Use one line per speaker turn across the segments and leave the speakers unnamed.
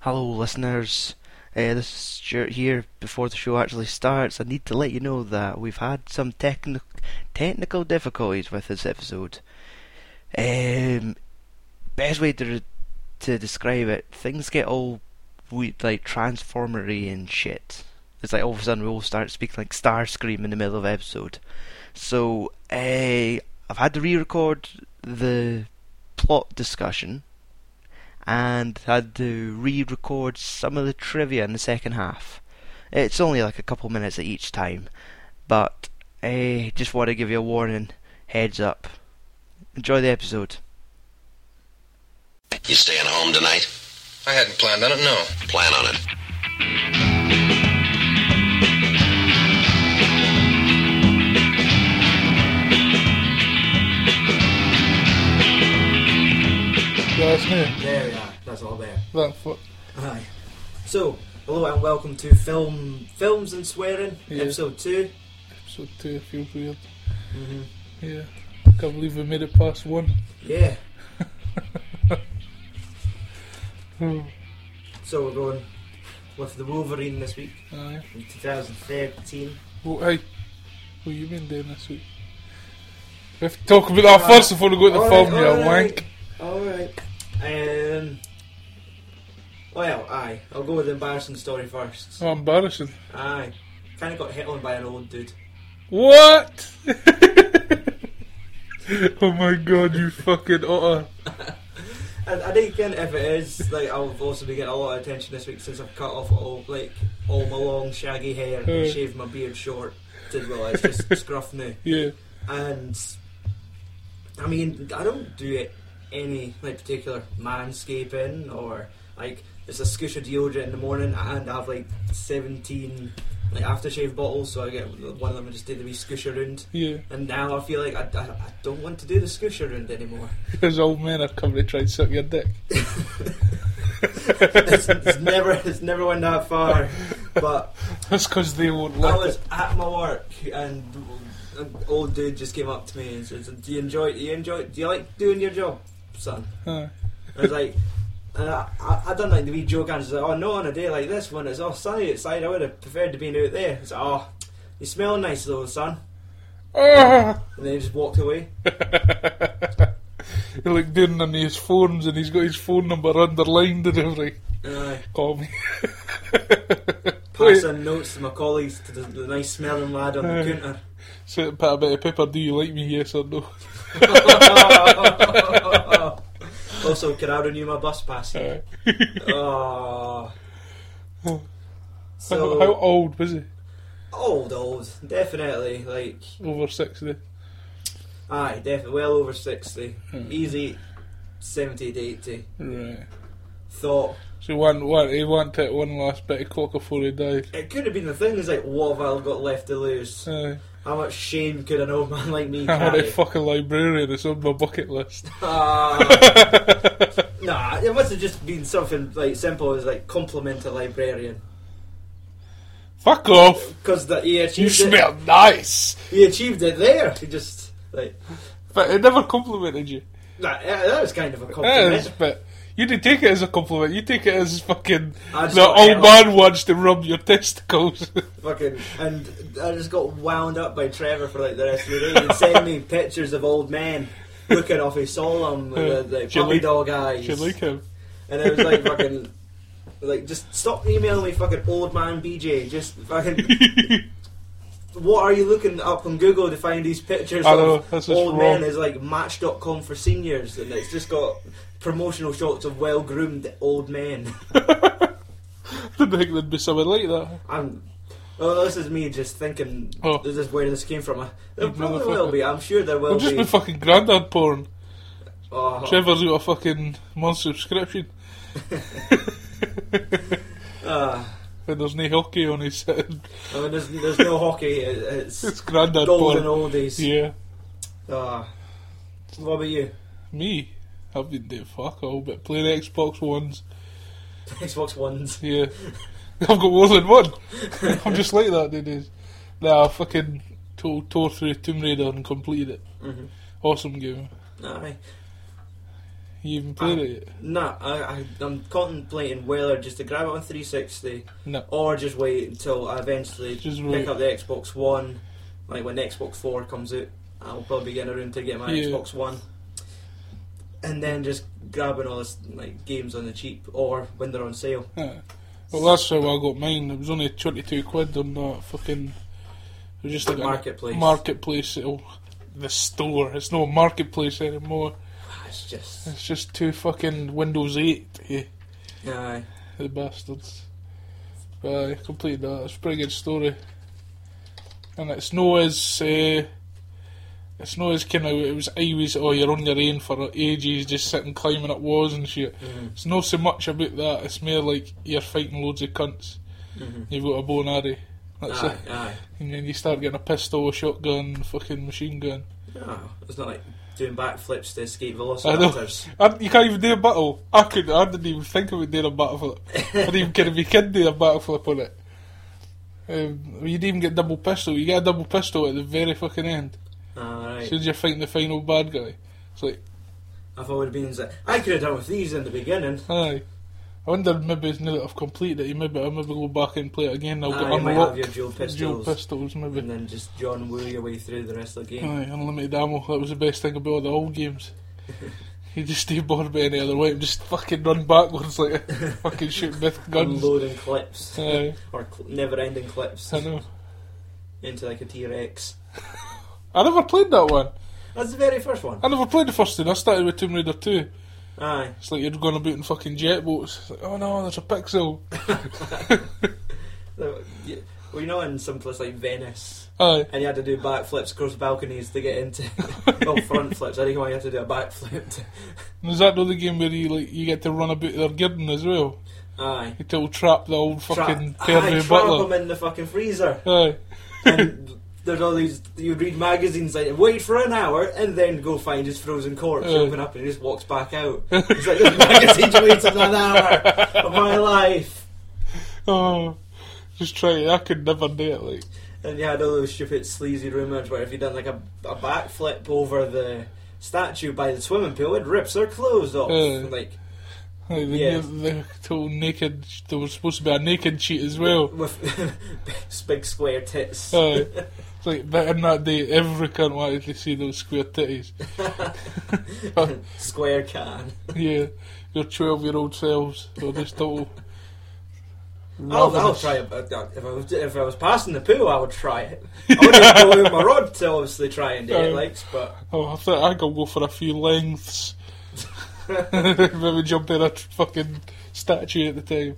Hello, listeners. Uh, this is Stuart here. Before the show actually starts, I need to let you know that we've had some techni- technical difficulties with this episode. Um, best way to re- to describe it, things get all weird, like transformery and shit. It's like all of a sudden we all start speaking like Starscream in the middle of episode. So uh, I've had to re-record the plot discussion and had to re-record some of the trivia in the second half. It's only like a couple minutes at each time, but I just want to give you a warning. Heads up. Enjoy the episode.
You staying home tonight?
I hadn't planned on it, no.
Plan on it.
Yeah, it's me.
There we are. That's all there.
That foot.
Aye. So, hello and welcome to Film Films and Swearing,
Yeah.
episode two.
Episode 2 it feels weird.
Mm-hmm.
Yeah. Can't believe we made it past one.
Yeah.
Hmm.
So we're going with the Wolverine this week
Aye.
in 2013.
Well, aye. What you been doing this week? We have to talk about that first before we go to the
Alright,
film, you
alright.
wank.
All right. Um. Well, aye. I'll go with the embarrassing story first.
Oh, embarrassing.
Aye. Kind of got hit on by an old dude.
What? oh my god, you fucking otter.
I, I think again, if it is, like I've also been getting a lot of attention this week since I've cut off all like all my long shaggy hair and
Uh.
shaved my beard short. Did well, it's just scruff now.
Yeah.
And I mean, I don't do it any like particular manscaping or like it's a scoosh of deodorant in the morning and I have like seventeen like aftershave bottles, so I get one of them and just do the wee scoosh around.
Yeah.
And now I feel like I, I, I don't want to do the scoosh around anymore.
Because old men are coming to try and suck your dick.
it's, it's never it's never went that far. But
That's because they won't
I
let
was
it.
at my work and an old dude just came up to me and says, "Do you enjoy? Do you enjoy? Do you like doing your job, son?"
Aye.
I was like. And I, I, I done like the wee joke answer, like, oh no, on a day like this when it's all sunny outside, I would have preferred to be out there. It's like, oh, you smell nice though, son.
Ah!
And then he just walked away.
He like doing on his phones and he's got his phone number underlined and everything.
And I
Call me.
passed on notes to my colleagues to the, the nice smelling lad on the counter.
So it put a bit of paper, do you like me, yes or no?
also, can I renew my bus pass?
Aye.
Oh.
how,
So
how old was he?
old, old, definitely. Like,
Over 60.
aye, definitely, well over sixty,
Hmm.
easy, seventy to eighty.
Right.
Thought
So one, one, he wanted one last bit of cock before he died.
it could have been the thing. Is like, what have I got left to lose?
Aye.
How much shame could an old man like me
I want a
carry?
fucking librarian, it's on my bucket list.
Ah, nah, it must have just been something like simple as like compliment a librarian
Fuck off!
because that he
You
achieved it.
smell nice!
He achieved it there. He just like.
But it never complimented you.
That, yeah, that was kind of a
It is,
compliment.
but you didn't take it as a compliment. You take it as fucking
I just
the
got
old
hit
man wants to rub your testicles.
Fucking, and I just got wound up by Trevor for like the rest of the day. He'd send me pictures of old men looking off his solemn, the, the
Do you
puppy
like-
dog eyes.
you like him?
And it was like fucking, like just stop emailing me, fucking old man BJ. Just fucking, what are you looking up on Google to find these pictures
I know,
of
this is
old
wrong.
men? Is like Match.com for seniors, and it's just got promotional shots of well-groomed old men.
didn't think there'd be someone like that.
I'm. Well, this is me just thinking.
Oh.
This is where this came from. Uh, There
You
probably
motherfucker.
will be. I'm sure there will
I've just
be.
been fucking grandad porn.
oh,
Trevor's got a fucking month subscription.
ah.
And there's no hockey on his head.
I mean, there's, there's no hockey. It, it's,
It's grandad
golden
porn.
oldies.
Yeah.
Ah. what about you?
Me? I've been doing fuck all, but playing Xbox Ones.
Xbox Ones.
Yeah. I've got more than one. I'm just like that these days. Nah, I fucking tore, tore through Tomb Raider and completed it.
Mhm.
Awesome game.
Aye.
You even played it yet?
Nah, I, I, I'm contemplating whether just to grab it on 360
No.
or just wait until I eventually
Just wait.
pick up the Xbox One. Like when the Xbox 4 comes out, I'll probably get around to get my
Yeah.
Xbox One. And then just grabbing all this like games on the cheap or when they're on sale.
Yeah. Well, that's how I got mine. It was only 22 quid on that fucking. It was just like a
Marketplace.
Marketplace. Oh, the store. It's no marketplace anymore.
Ah, It's just.
It's just two fucking Windows eh. 8. Yeah,
Aye.
the bastards. But I completed that. It's a pretty good story. And it's no as. Uh, it's no as kind of. It was always, oh, you're on your own for ages, just sitting climbing up walls and shit.
Mm-hmm.
It's not so much about that. It's more like you're fighting loads of cunts. You've got a bow and arrow. That's
Mm-hmm. aye,
it.
aye.
And then you start getting a pistol, a shotgun, fucking machine gun.
No, it's not like doing backflips to escape
I know.
velociraptors.
I, you can't even do a battle. I could. I didn't even think about doing a battle flip. I didn't even care if you could do a battle flip on it. Um, you didn't even get double pistol. You get a double pistol at the very fucking end. As
Alright.
soon as you're fighting the final bad guy, it's like,
I've already been like, I could have done with these in the beginning.
aye. I wonder maybe now that I've completed it, maybe I'll maybe go back and play it again. I'll
Aye,
get
you might have
unlock
your dual pistols.
dual pistols maybe.
and then just John Woo your way through the rest of the game.
Aye, unlimited ammo. That was the best thing about all the old games. You just stay bored by any other way and just fucking run backwards like a fucking shooting with guns.
Unloading clips
Aye,
or cl- never-ending clips
I know.
into like a T-Rex.
I never played that one.
That's the very first one.
I never played the first one. I started with Tomb Raider 2.
Aye,
It's like you're going about in fucking jet boats. It's like, oh no, there's a pixel.
So, you- well, you know, in some place like Venice,
Aye.
and you had to do backflips across balconies to get into. well, front flips. I think you have to do a backflip. To,
And is that the other game where you like you get to run about their garden as well?
aye,
You tell trap the old
Tra-
fucking
aye,
Fairview
trap
Butler.
them in the fucking freezer.
Aye.
And there's all these. You read magazines like wait for an hour and then go find his frozen corpse.
Yeah.
Open up and he just walks back out. He's like this magazine waits an hour of my life.
Oh, just try it. I could never do it. Like,
And you had all those stupid sleazy rumours where if you done like a, a backflip over the statue by the swimming pool, it rips her clothes off.
Yeah.
Like
like the,
Yeah.
the total naked. There was supposed to be a naked cheat as well.
with big square tits.
Aye. It's like back in that day, every cunt wanted to see those square titties.
Square can.
Yeah, your 12 year old selves are just total.
I'll, I'll
ravenous.
try it. but, uh, If I, was, if I was passing the pool, I would try it. I wouldn't go with my rod to obviously try and do it,
Yeah.
like, but
Oh, I think I could go for a few lengths. Maybe jump in a tr- fucking statue at the time.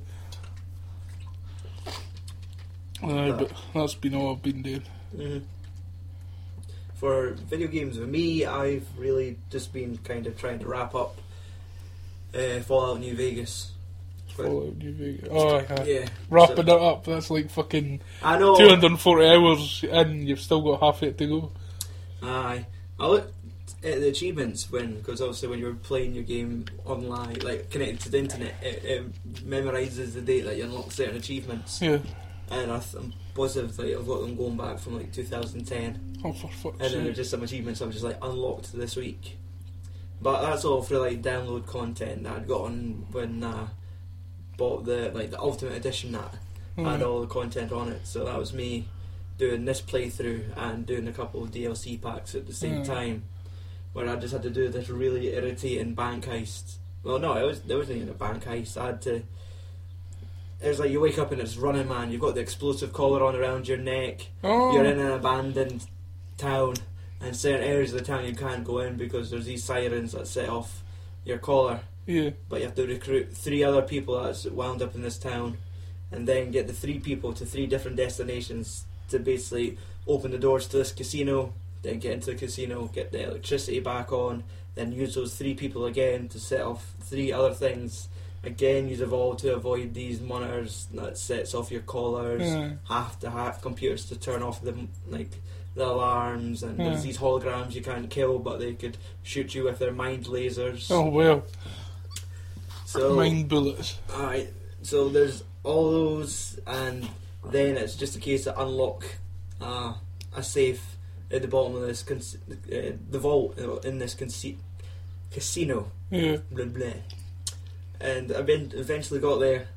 Aye, but that's been all I've been doing.
mhm. for video games, for me, I've really just been kind of trying to wrap up uh, Fallout New Vegas. But-
Fallout New Vegas. Oh, aye.
Yeah, Oh.
Wrapping
so-
it up, that's like fucking
I know.
240 hours in, you've still got half it to go.
Aye, I looked at the achievements when, because obviously when you're playing your game online, like connected to the internet, it, it memorises the date that you unlock certain achievements.
Yeah.
And I th- I'm positive that I've got them going back from like 2010,
Oh, for fuck's
and then
sake.
there's just some achievements I've just like unlocked this week. But that's all for like download content that I'd gotten when I bought the like the Ultimate Edition that had
Mm.
all the content on it. So that was me doing this playthrough and doing a couple of DLC packs at the same
Mm.
time, where I just had to do this really irritating bank heist. Well, no, it was there wasn't even a bank heist. I had to. It was like you wake up and it's Running Man. You've got the explosive collar on around your neck.
Oh.
You're in an abandoned town, and certain areas of the town you can't go in because there's these sirens that set off your collar
Yeah.
but you have to recruit three other people that's wound up in this town and then get the three people to three different destinations to basically open the doors to this casino then get into the casino get the electricity back on then use those three people again to set off three other things again use of all to avoid these monitors that sets off your collars
Yeah.
have to hack computers to turn off the like the alarms and
Yeah.
there's these holograms you can't kill but they could shoot you with their mind lasers
Oh, well.
so
Mind bullets.
Alright, so there's all those, and then it's just a case of unlock uh, a safe at the bottom of this con- uh, the vault in this con- Casino.
Yeah.
blah blah. And I ben- eventually got there,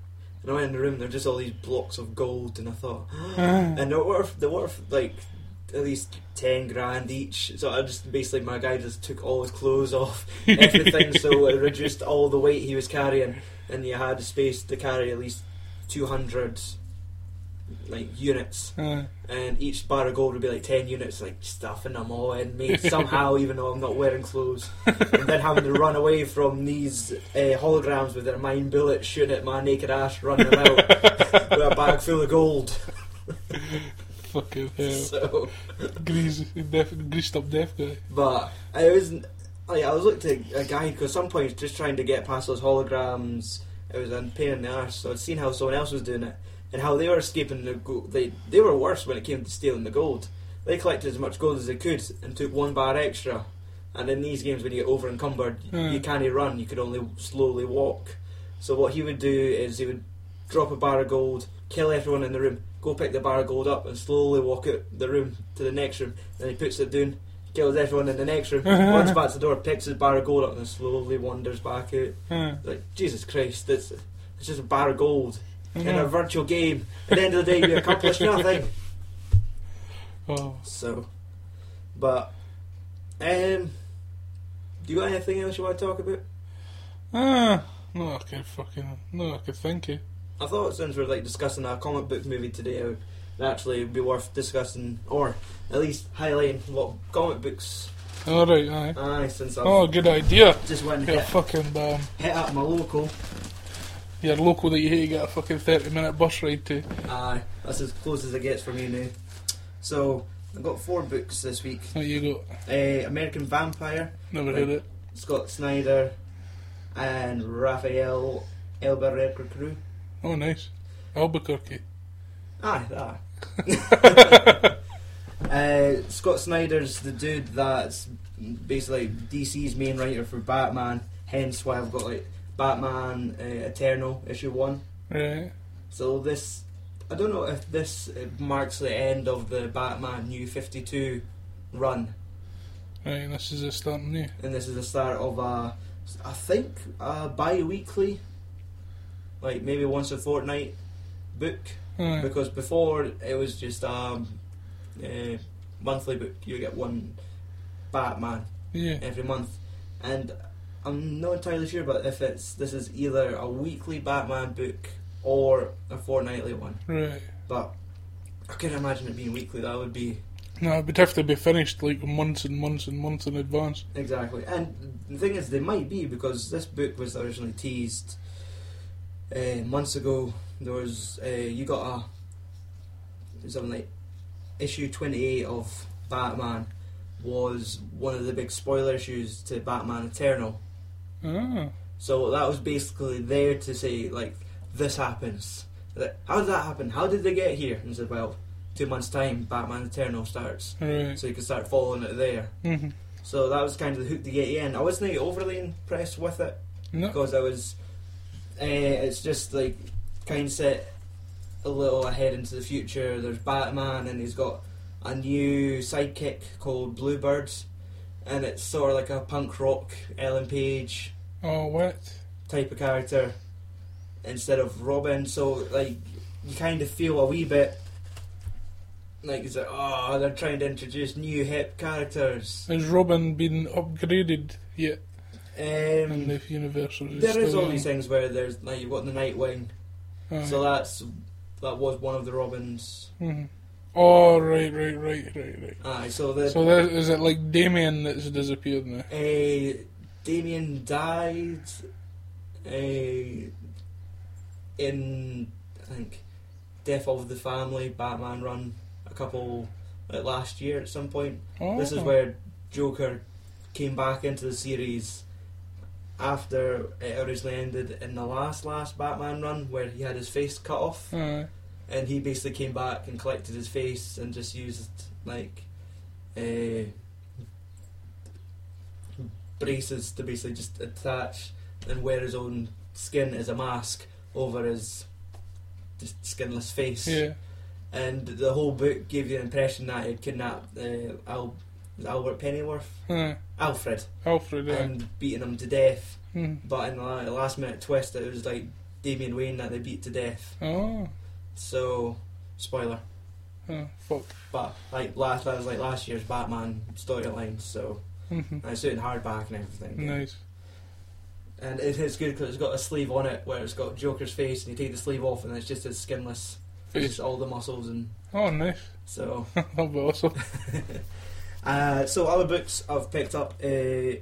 and I went in the room. There were just all these blocks of gold, and I thought, and they were they were like at least ten grand each. So I just basically my guy just took all his clothes off, everything. so it reduced all the weight he was carrying, and you had space to carry at least two hundred like units
Uh,
and each bar of gold would be like 10 units, like stuffing them all in me somehow, even though I'm not wearing clothes. and then having to run away from these uh, holograms with their mine bullets shooting at my naked ass, running about with a bag full of gold.
fucking hell.
So,
Greased, def- greased up deaf guy.
but I was like, I was looking at a guy because some point just trying to get past those holograms, it was a pain in the arse. So I'd seen how someone else was doing it and how they were escaping the gold. They they were worse when it came to stealing the gold. They collected as much gold as they could and took one bar extra. And in these games, when you get over encumbered,
Hmm.
you can't run. You could only slowly walk. So what he would do is he would drop a bar of gold, kill everyone in the room, go pick the bar of gold up, and slowly walk out the room to the next room. Then he puts it down, kills everyone in the next room, runs back to the door, picks his bar of gold up, and slowly wanders back out.
Uh,
Like Jesus Christ, it's it's just a bar of gold in a
yeah.
virtual game. At the end of the day, you accomplish nothing.
Oh.
So, but um, do you got anything else you want to talk about?
Ah, no, I can fucking, no, I can think it.
I thought since we're like discussing a comic book movie today, it would actually be worth discussing or at least highlighting what comic books.
Alright, aye.
Aye, since I've
Oh, good idea.
just went
Yeah,
and hit,
fucking, um,
hit up my local.
your local that you hate, you got a fucking 30 minute bus ride to.
Aye, that's as close as it gets for me now. So I've got four books this week:
What you got?
uh, American Vampire,
Never
Right.
heard it.
Scott Snyder, and Raphael Elberrecru.
Oh, nice. Albuquerque.
Aye, that. Uh, Scott Snyder's the dude that's basically DC's main writer for Batman, hence why I've got like Batman uh, Eternal issue one.
Right.
So this, I don't know if this uh, marks the end of the Batman New Fifty Two run,
Right, and this is it starting new.
and this is the start of a, I think a bi-weekly, like maybe once a fortnight, book
Aye.
because before it was just um, uh, monthly book. You get one Batman
Yeah.
every month, and I'm not entirely sure, but if it's this is either a weekly Batman book or a fortnightly one,
Right.
but I couldn't imagine it being weekly. That would be
No, it'd have to be finished like months and months and months in advance.
exactly. And the thing is, they might be because this book was originally teased uh, months ago. There was uh, you got a something like issue twenty eight of Batman was one of the big spoiler issues to Batman Eternal.
Ah.
So that was basically there to say, like, this happens. Like, How did that happen? How did they get here? And he said, well, two months' time, Batman Eternal starts.
Right.
So you can start following it there.
hmm
So that was kind of the hook to get you in. I wasn't overly impressed with it
No.
because I was. Uh, it's just like kind of set a little ahead into the future. There's Batman, and he's got a new sidekick called Bluebird, and it's sort of like a punk rock Ellen Page
Oh, what?
type of character instead of Robin. So like you kind of feel a wee bit like it's like oh they're trying to introduce new hip characters.
Has Robin been upgraded yet in
Um,
the universe? or
there is
still
all these
young?
things where there's like you've got the Nightwing,
Aye.
so that's that was one of the Robins.
Mhm. Oh, right, right, right, right, right.
Aye, so the
So that, is it like Damien that's disappeared now?
uh, Damien died uh, in I think Death of the Family Batman run a couple like last year at some point.
Oh.
This is where Joker came back into the series after it originally ended in the last last Batman run where he had his face cut off
Aye.
and he basically came back and collected his face and just used like uh, braces to basically just attach and wear his own skin as a mask over his just skinless face.
Yeah.
And eh, the whole book gave you the impression that he kidnapped uh, Al- Albert Pennyworth
Aye.
Alfred
Alfred, yeah.
and beating him to death.
Hmm.
But in the la- last minute twist, it was like Damian Wayne that they beat to death.
Oh,
So, spoiler.
oh, fuck.
But like last, that was like last year's Batman storyline. So
Mhm.
and it's out in hardback and everything.
nice.
And it is good because it's got a sleeve on it where it's got Joker's face, and you take the sleeve off, and it's just his skinless, it's just all the muscles, and
Oh, nice.
so.
That'll be awesome.
Uh, so other books I've picked up uh,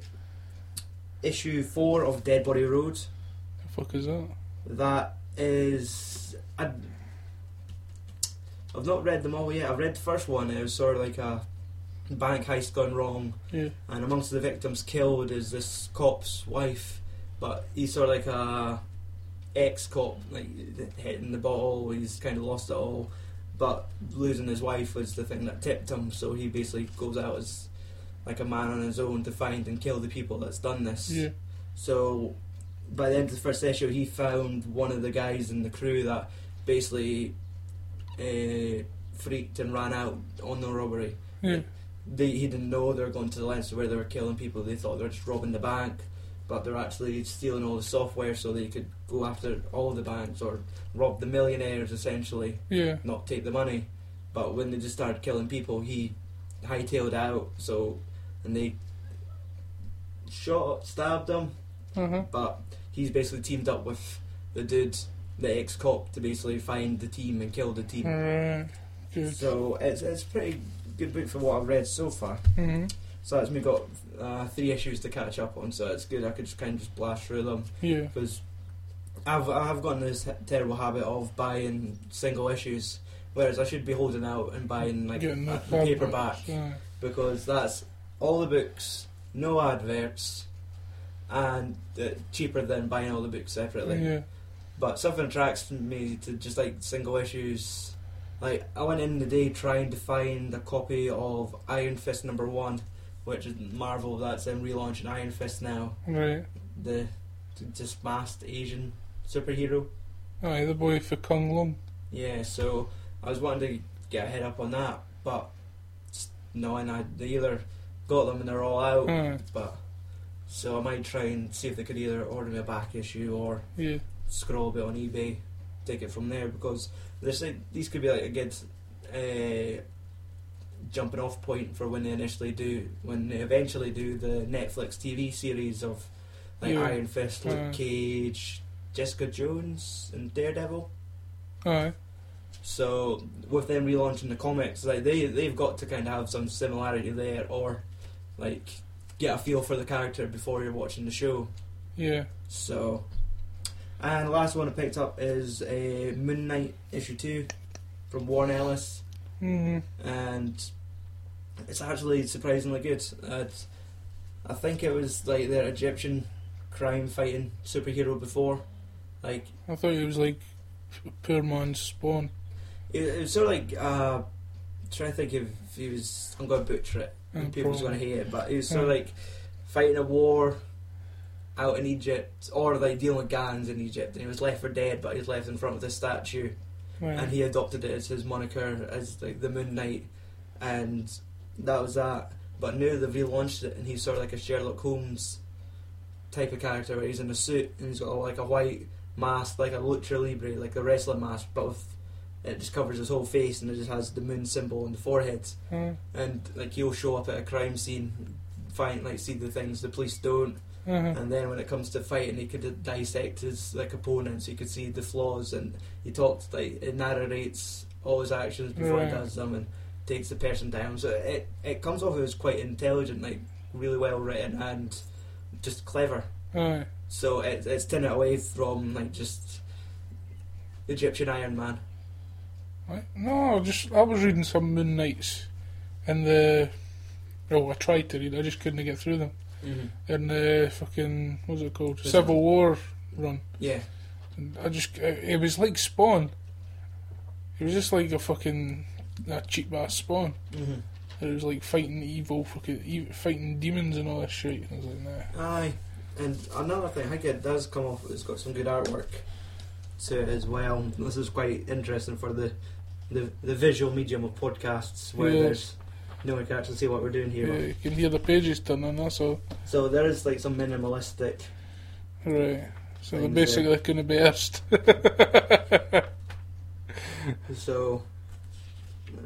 issue four of Dead Body Road.
the fuck is that?
That is I, I've not read them all yet. I've read the first one. It was sort of like a bank heist gone wrong,
Yeah.
and amongst the victims killed is this cop's wife, but he's sort of like a ex-cop, like hitting the bottle. He's kind of lost it all, but losing his wife was the thing that tipped him. So he basically goes out as like a man on his own to find and kill the people that's done this.
Yeah.
So by the end of the first issue, he found one of the guys in the crew that basically uh, freaked and ran out on the robbery.
Yeah.
They, he didn't know they were going to the lengths where they were killing people. They thought they were just robbing the bank, but they're actually stealing all the software so they could go after all the banks or rob the millionaires essentially,
Yeah.
not take the money. But when they just started killing people, he hightailed out. So and they shot, stabbed him,
Uh huh.
but he's basically teamed up with the dude, the ex cop, to basically find the team and kill the team.
Alright. Good.
So it's it's a pretty good book for what I've read so far.
hmm
So that's me got uh, three issues to catch up on. So it's good. I could just kind of just blast through them
Yeah.
because I've I've gotten this h- terrible habit of buying single issues, whereas I should be holding out and buying like
Getting
a,
the
the paperback
hardbacks, aye.
because that's all the books, no adverts, and uh, cheaper than buying all the books separately.
Yeah.
But something attracts me to just like single issues. Like I went in the day trying to find a copy of Iron Fist number one, which is Marvel. That's them relaunching Iron Fist now.
Right.
The dismasked Asian superhero.
Aye, the boy for Kung Lung.
Yeah, so I was wanting to get a head up on that, but s- knowing I they either got them and they're all out,
Aye.
but so I might try and see if they could either order me a back issue or
Yeah.
scroll a bit on eBay, take it from there because there's like, these could be like a good uh, jumping off point for when they initially do when they eventually do the Netflix TV series of like
Yeah.
Iron Fist, Luke
Yeah.
Cage, Jessica Jones, and Daredevil.
Aye.
So with them relaunching the comics, like they they've got to kind of have some similarity there, or like get a feel for the character before you're watching the show.
Yeah.
So, and the last one I picked up is a Moon Knight issue two from Warren Ellis,
hmm
and it's actually surprisingly good. Uh, It's, I think it was like their Egyptian crime fighting superhero before, like
I thought it was like poor man's spawn.
It, it was sort of like uh, trying to think if he was. I'm going to butcher it.
Mm,
and people's going
probably.
to hate it, but it was sort of
Mm.
like fighting a war out in Egypt, or like dealing with gangs in Egypt. And he was left for dead, but he was left in front of the statue, and
Aye.
he adopted it as his moniker as like the Moon Knight, and that was that. But now they've relaunched it, and he's sort of like a Sherlock Holmes type of character, where he's in a suit and he's got like a white mask, like a lucha libre, like a wrestling mask, but with, it just covers his whole face, and it just has the moon symbol on the forehead
Aye.
and like he'll show up at a crime scene, find like see the things the police don't,
Uh-huh.
and then when it comes to fighting, he could dissect his like opponents. He could see the flaws, and he talks like it narrates all his actions before
Right.
he does them and takes the person down. So it it comes off as quite intelligent, like really well written and just clever.
Aye.
So it, it's ten out away from like just Egyptian Iron Man.
Right. No, I just I was reading some Moon Knights, and the oh I tried to read, I just couldn't get through them.
Mm-hmm.
And the fucking what was it called
Prison.
Civil War run.
Yeah,
And I just uh, it it was like Spawn. It was just like a fucking a cheap ass Spawn.
Mhm.
And It was like fighting evil, fucking e fighting demons and all that shit. And I was like, nah.
Aye, and another thing, I think it does come off. It's got some good artwork to it as well. This is quite interesting for the the, the visual medium of podcasts, where
Yes.
there's no one can actually see what we're doing here.
Yeah, you can hear the pages turning, that's all.
So there is like some minimalistic.
Right. So
Things,
they're
uh,
basically going to be asked.
So. I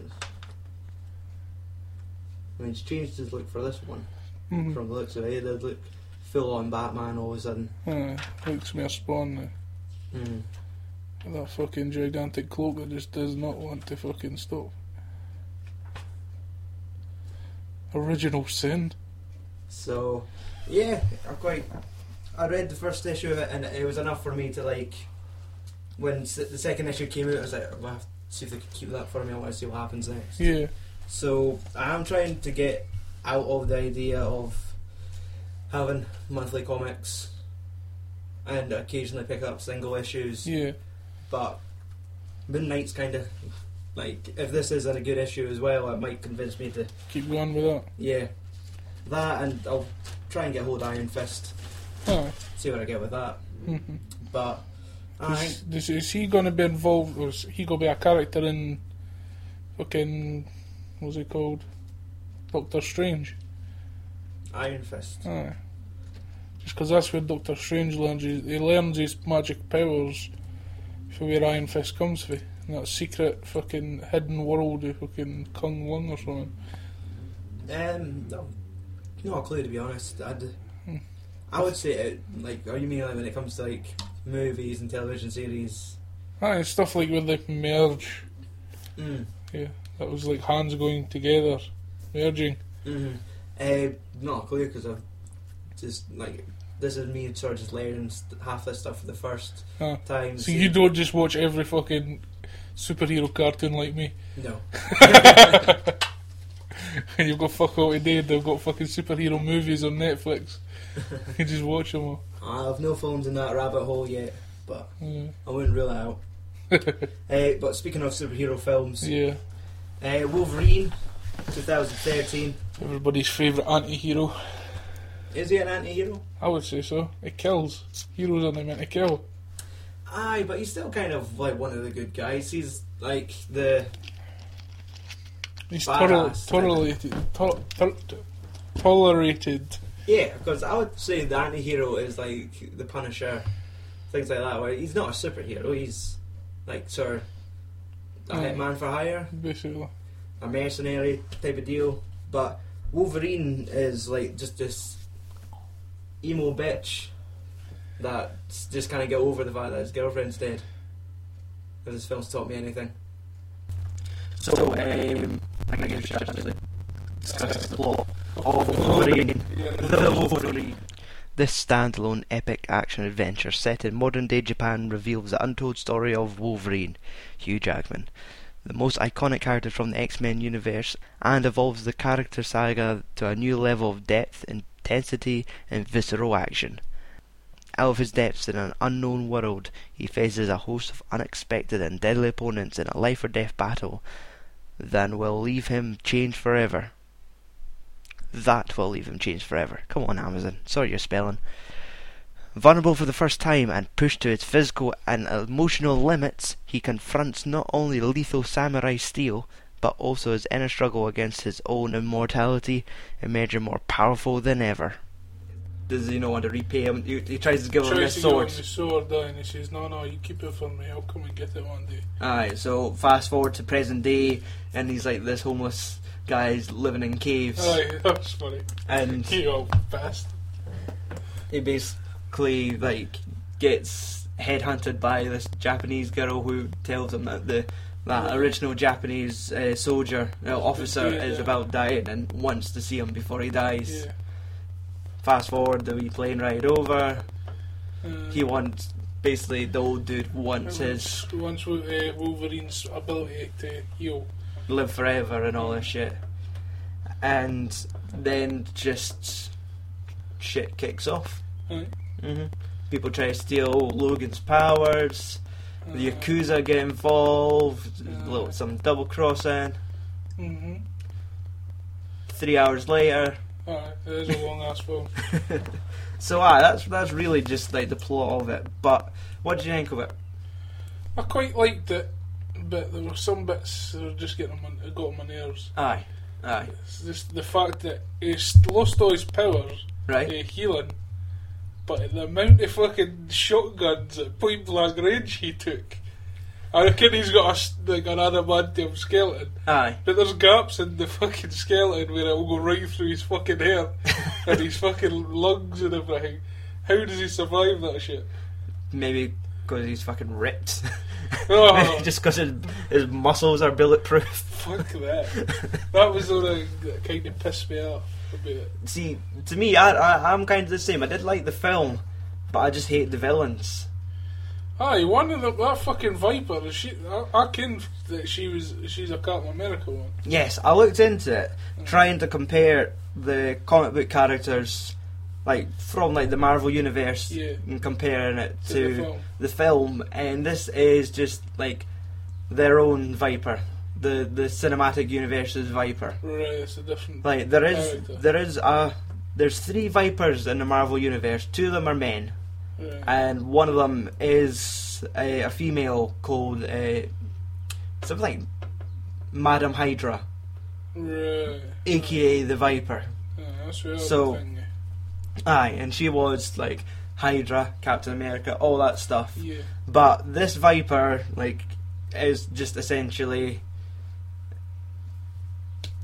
mean, he's changed his look for this one.
Mhm.
From the looks of it, he did look full on Batman all of a sudden.
Aye, Looks me a spawn now.
Mm.
That fucking gigantic cloak that just does not want to fucking stop. Original sin.
So, yeah, I quite. I read the first issue of it, and it was enough for me to like. When s- the second issue came out, I was like, "Well, I have to see if they can keep that for me. I want to see what happens next."
Yeah.
So I am trying to get out of the idea of having monthly comics and occasionally pick up single issues,
Yeah.
but Midnight's kind of like if this isn't a good issue as well, it might convince me to
Keep going with that.
yeah, that and I'll try and get hold of Iron Fist.
Aye.
See what I get with that.
Mhm.
But I think
Is, is, is he going to be involved, or is he going to be a character in fucking. What's it called? Doctor Strange.
Iron Fist.
Aye. Just because that's where Doctor Strange learns his, he learns his magic powers from where Iron Fist comes from. In that secret fucking hidden world of fucking Kung Lung or something.
Um, no, no clue to be honest. I'd, I would say it, like, or you mean like when it comes to like movies and television series?
Aye, stuff like where they merge.
Mm.
Yeah, that was like hands going together, merging.
Mm-hmm. Uh, not a clue because I've just like this is me sort of just learning st- half this stuff for the first
Huh.
time.
So you don't just watch every fucking superhero cartoon like me.
No.
And you've got fuck all today, they've got fucking superhero movies on Netflix. you just watch them all.
I've no films in that rabbit hole yet, but
Yeah.
I wouldn't rule it out. uh, but speaking of superhero films,
yeah.
uh, Wolverine, 2013.
Everybody's favourite anti hero.
Is he an anti-hero?
I would say so. It kills. Heroes are not meant to kill.
Aye, but he's still kind of like one of the good guys. He's like the
He's tol-
Badass,
tolerated. To- to- tolerated.
yeah, because I would say the anti-hero is like the Punisher, things like that. Where he's not a superhero, he's like sort of a
Mm.
hitman for hire,
Basically.
a mercenary type of deal. But Wolverine is like just this emo bitch that just kind of get over the fact that his girlfriend's dead. If this film's taught me anything. So, um, I guess we should actually discuss the plot of Wolverine. The Wolverine.
This standalone epic action adventure set in modern day Japan reveals the untold story of Wolverine, Hugh Jackman, the most iconic character from the X Men universe, and evolves the character saga to a new level of depth, intensity, and visceral action. Out of his depths in an unknown world, he faces a host of unexpected and deadly opponents in a life or death battle that will leave him changed forever. That will leave him changed forever. Come on, Amazon. Sorry your spelling. Vulnerable for the first time and pushed to his physical and emotional limits, he confronts not only lethal samurai steel, but also his inner struggle against his own immortality, emerging more powerful than ever.
Does he not want to repay him? He, he tries to give him this
Tries to get
sword.
on the sword, aye, and he says, No, no, you keep it for me, I'll come and get it one day.
Alright, so fast forward to present day, and he's like this homeless guy's living in caves,
Aye, that's funny.
and
You old bastard.
he basically like gets headhunted by this Japanese girl who tells him that the that original Japanese uh, soldier uh, officer
Yeah.
is about dying and wants to see him before he dies.
Yeah.
Fast forward the wee plane ride over.
Uh,
He wants basically the old dude wants his
wants, wants Wo- uh, Wolverine's ability to heal.
live forever and all this shit. And then just shit kicks off.
Aye.
hmm People try to steal Logan's powers. The
Uh,
Yakuza get involved.
Uh.
little, some double crossing.
mhm.
Three hours later.
Aye, it is a long ass film.
So ah, that's that's really just like the plot of it. But what do you think of it?
I quite liked it, but there were some bits that were just getting on my, got on my nerves.
Aye.
Aye.
It's just the fact that he's lost all his powers,
Right.
eh, healing, but the amount of fucking shotguns at point blank range he took. I reckon he's got a, s- like an adamantium skeleton,
Aye.
but there's gaps in the fucking skeleton where it will go right through his fucking hair and his fucking lungs and everything. How does he survive that shit?
Maybe because he's fucking ripped.
Oh.
Just because his, his muscles are bulletproof.
Fuck that. That was the one that- that kind of pissed me off about it.
See, to me, I, I, I'm kind of the same. I did like the film, but I just hate the villains.
Aye, one of the Ah, that fucking Viper. She, I, I kin that she was. She's a Captain America one.
Yes, I looked into it, trying to compare the comic book characters, like from like the Marvel universe,
Yeah.
and comparing it
To
to
the film.
the film. And this is just like their own Viper, the the cinematic universe's Viper.
Right, it's a different.
Like there is
character.
there is a there's three Vipers in the Marvel universe. Two of them are men,
Right.
and one of them is a, a female called uh, something like Madam Hydra,
right.
aka the Viper.
Aye, that's the other
So-
thing.
Aye, and she was like Hydra, Captain America, all that stuff.
Yeah.
But this Viper, like, is just essentially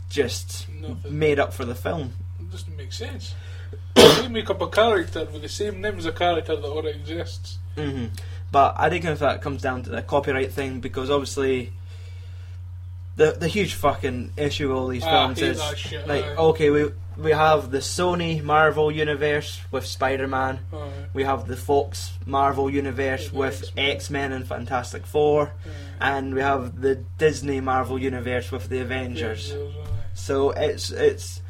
just
Nothing.
made up for the film.
It doesn't make sense. they make up a character with the same name as a character that already exists.
hmm But I think if that comes down to the copyright thing, because obviously the the huge fucking issue with all these
Ah,
films
hate
is
that shit,
like, oh,
aye.
okay, we we have the Sony Marvel universe with Spider Man.
Aye.
We have the Fox Marvel universe
Yeah,
with
X-Men.
X Men and Fantastic Four,
Aye.
and we have the Disney Marvel universe with the Avengers.
Aye.
So it's it's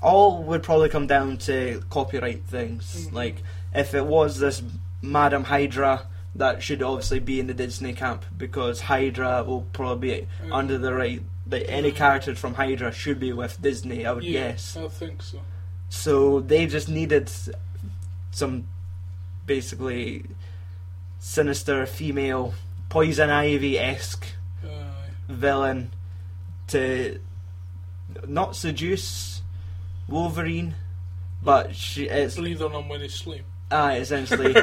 all would probably come down to copyright things.
Mhm.
Like if it was this Madam Hydra, that should obviously be in the Disney camp because Hydra will probably be
Mhm.
under the right. Like any character from Hydra should be with Disney, I would
Yeah,
guess.
I think so.
So they just needed some basically sinister female poison ivy esque
Aye.
villain to not seduce Wolverine, but she it's
Breathe on him when he's asleep.
uh, essentially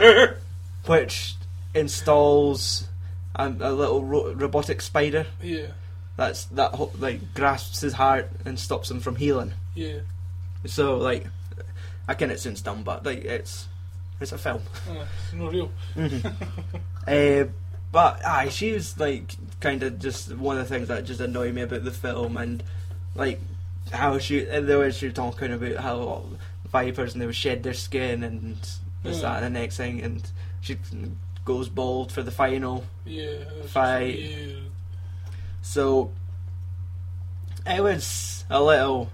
which installs a, a little ro- robotic spider
Yeah.
that's that ho- like grasps his heart and stops him from healing.
Yeah.
So like, I can it's since done, but like it's it's a film.
Aye. It's not real.
Uh, but aye, she was like kind of just one of the things that just annoyed me about the film and like how she and the way she was talking about how vipers and they would shed their skin and this
Yeah.
that and the next thing and she goes bald for the final.
Yeah. that's just
Fight.
weird.
So it was a little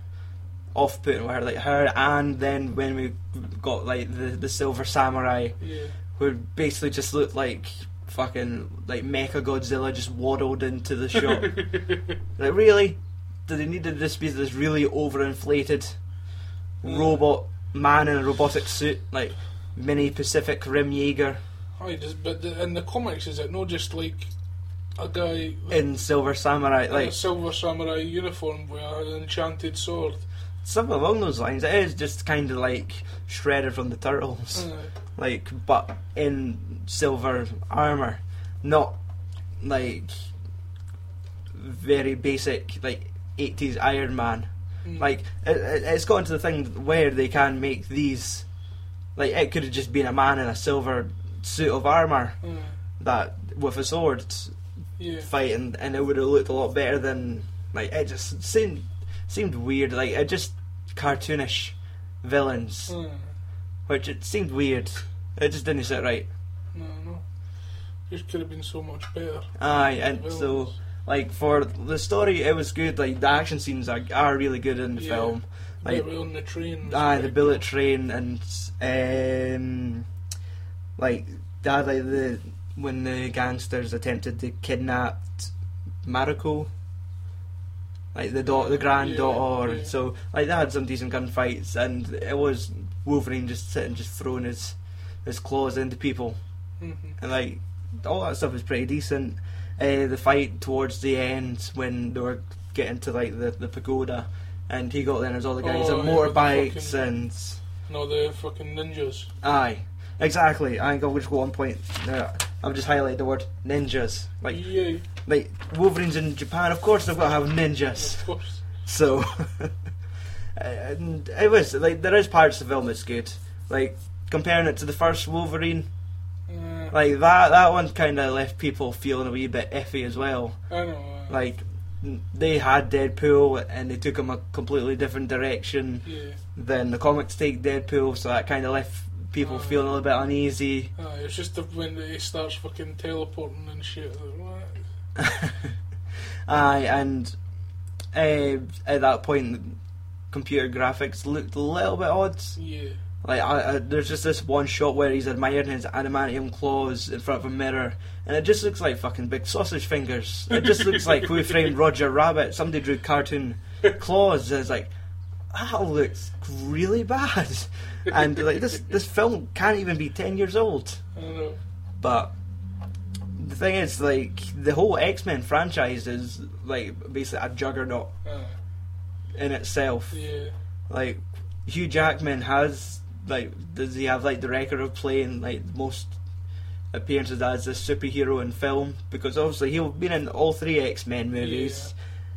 off putting with her, like her and then when we got like the the silver samurai
Yeah.
who basically just looked like fucking like Mecha Godzilla just waddled into the shop. like really? Did they need to just be this really overinflated
Mm.
robot man in a robotic suit, like mini Pacific Rim Jaeger
Aye, just, but the, in the comics, is it not just like a guy
in Silver Samurai?
in a
Like
silver samurai uniform with an enchanted sword?
something along those lines. It is just kinda like Shredder from the Turtles.
Aye.
like but in silver armor, not like very basic like eighties Iron Man.
Mm.
Like it, it- it's gotten to the thing where they can make these. Like it could have just been a man in a silver suit of armor
Aye.
that with a sword
yeah,
fighting, and it would have looked a lot better than like it just seemed seemed weird. Like it just cartoonish villains
Aye.
which it seemed weird. It just didn't sit right.
no, no, this could have been so much better.
Aye, and
Well,
so like for the story, it was good. Like the action scenes are, are really good in the
Yeah.
film.
Like,
Like
yeah, on the train. was
aye, the
great.
bullet train and um, like that. Like the when the gangsters attempted to kidnap Mariko. Like the daughter, the granddaughter,
Yeah, yeah.
so like they had some decent gunfights, and it was Wolverine just sitting, just throwing his his claws into people.
Mhm.
and like all that stuff is pretty decent. Uh, the fight towards the end when they were getting to like the, the pagoda and he got there and there's all the guys
Oh,
on
yeah, with the
motorbikes
fucking-
and
No, the fucking ninjas.
aye, exactly. I think I'll just go one point. Uh, I've just highlighted the word ninjas. Like
Yeah,
like Wolverines in Japan, of course they've got to have ninjas.
of course.
So, uh, and it was like there is parts of the film that's good. Like comparing it to the first Wolverine,
Uh,
like that that one kind of left people feeling a wee bit iffy as well.
I know. Uh,
Like they had Deadpool and they took him a completely different direction
yeah.
than the comics take Deadpool, so that kind of left people feeling a little bit uneasy.
Aye, it's just the, when he starts fucking teleporting and shit. Like, what?
Aye, and uh, at that point, the computer graphics looked a little bit odd.
Yeah.
Like, I, I, there's just this one shot where he's admiring his adamantium claws in front of a mirror, and it just looks like fucking big sausage fingers. It just looks like Who Framed Roger Rabbit. Somebody drew cartoon claws, and it's like, that looks really bad. And like this, this film can't even be ten years old.
I don't know.
But the thing is, like, the whole X Men franchise is like basically a juggernaut
Aye.
in itself
Yeah.
like Hugh Jackman has like does he have like the record of playing like most appearances as a superhero in film because obviously he's been in all three X Men movies.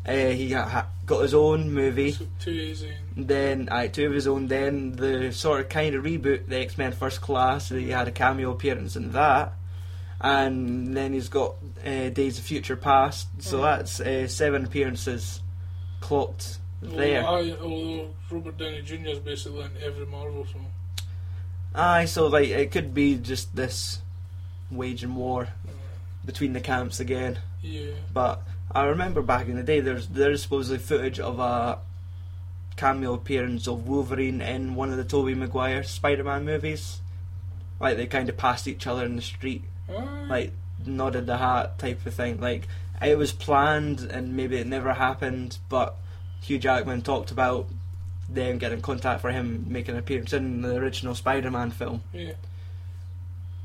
Uh, he got, ha- got his own movie,
So too easy.
then uh, two of his own. Then the sort of kind of reboot, the X Men First Class. He had a cameo appearance in that, and then he's got uh, Days of Future Past. So that's uh, seven appearances clocked there.
Although, I, although Robert Downey Jr. is basically in every Marvel film.
Aye, so like it could be just this waging war between the camps again.
Yeah.
But I remember back in the day, there's there's supposedly footage of a cameo appearance of Wolverine in one of the Tobey Maguire Spider-Man movies. Like they kind of passed each other in the street,
Aye.
like nodded the hat type of thing. Like it was planned and maybe it never happened, but Hugh Jackman talked about them getting contact for him making an appearance in the original Spider-Man film.
Yeah.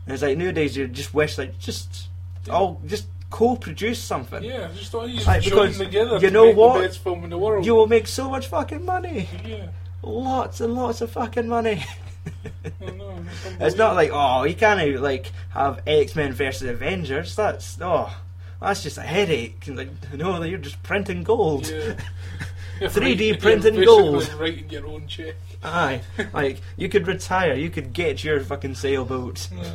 And it's like nowadays you just wish like just all just co-produce something.
Yeah, just all you
Aye,
join
because
together.
you
to
know
make
what?
The best film in the world.
You will make so much fucking money,
yeah.
lots and lots of fucking money.
I know.
it's not like oh you can't like have X Men versus Avengers. That's oh that's just a headache. And like no, you're just printing gold.
Yeah. You're
3D
writing-
printing
you're
gold.
basically Writing your own check.
Aye, like you could retire, you could get your fucking sailboat
Aye.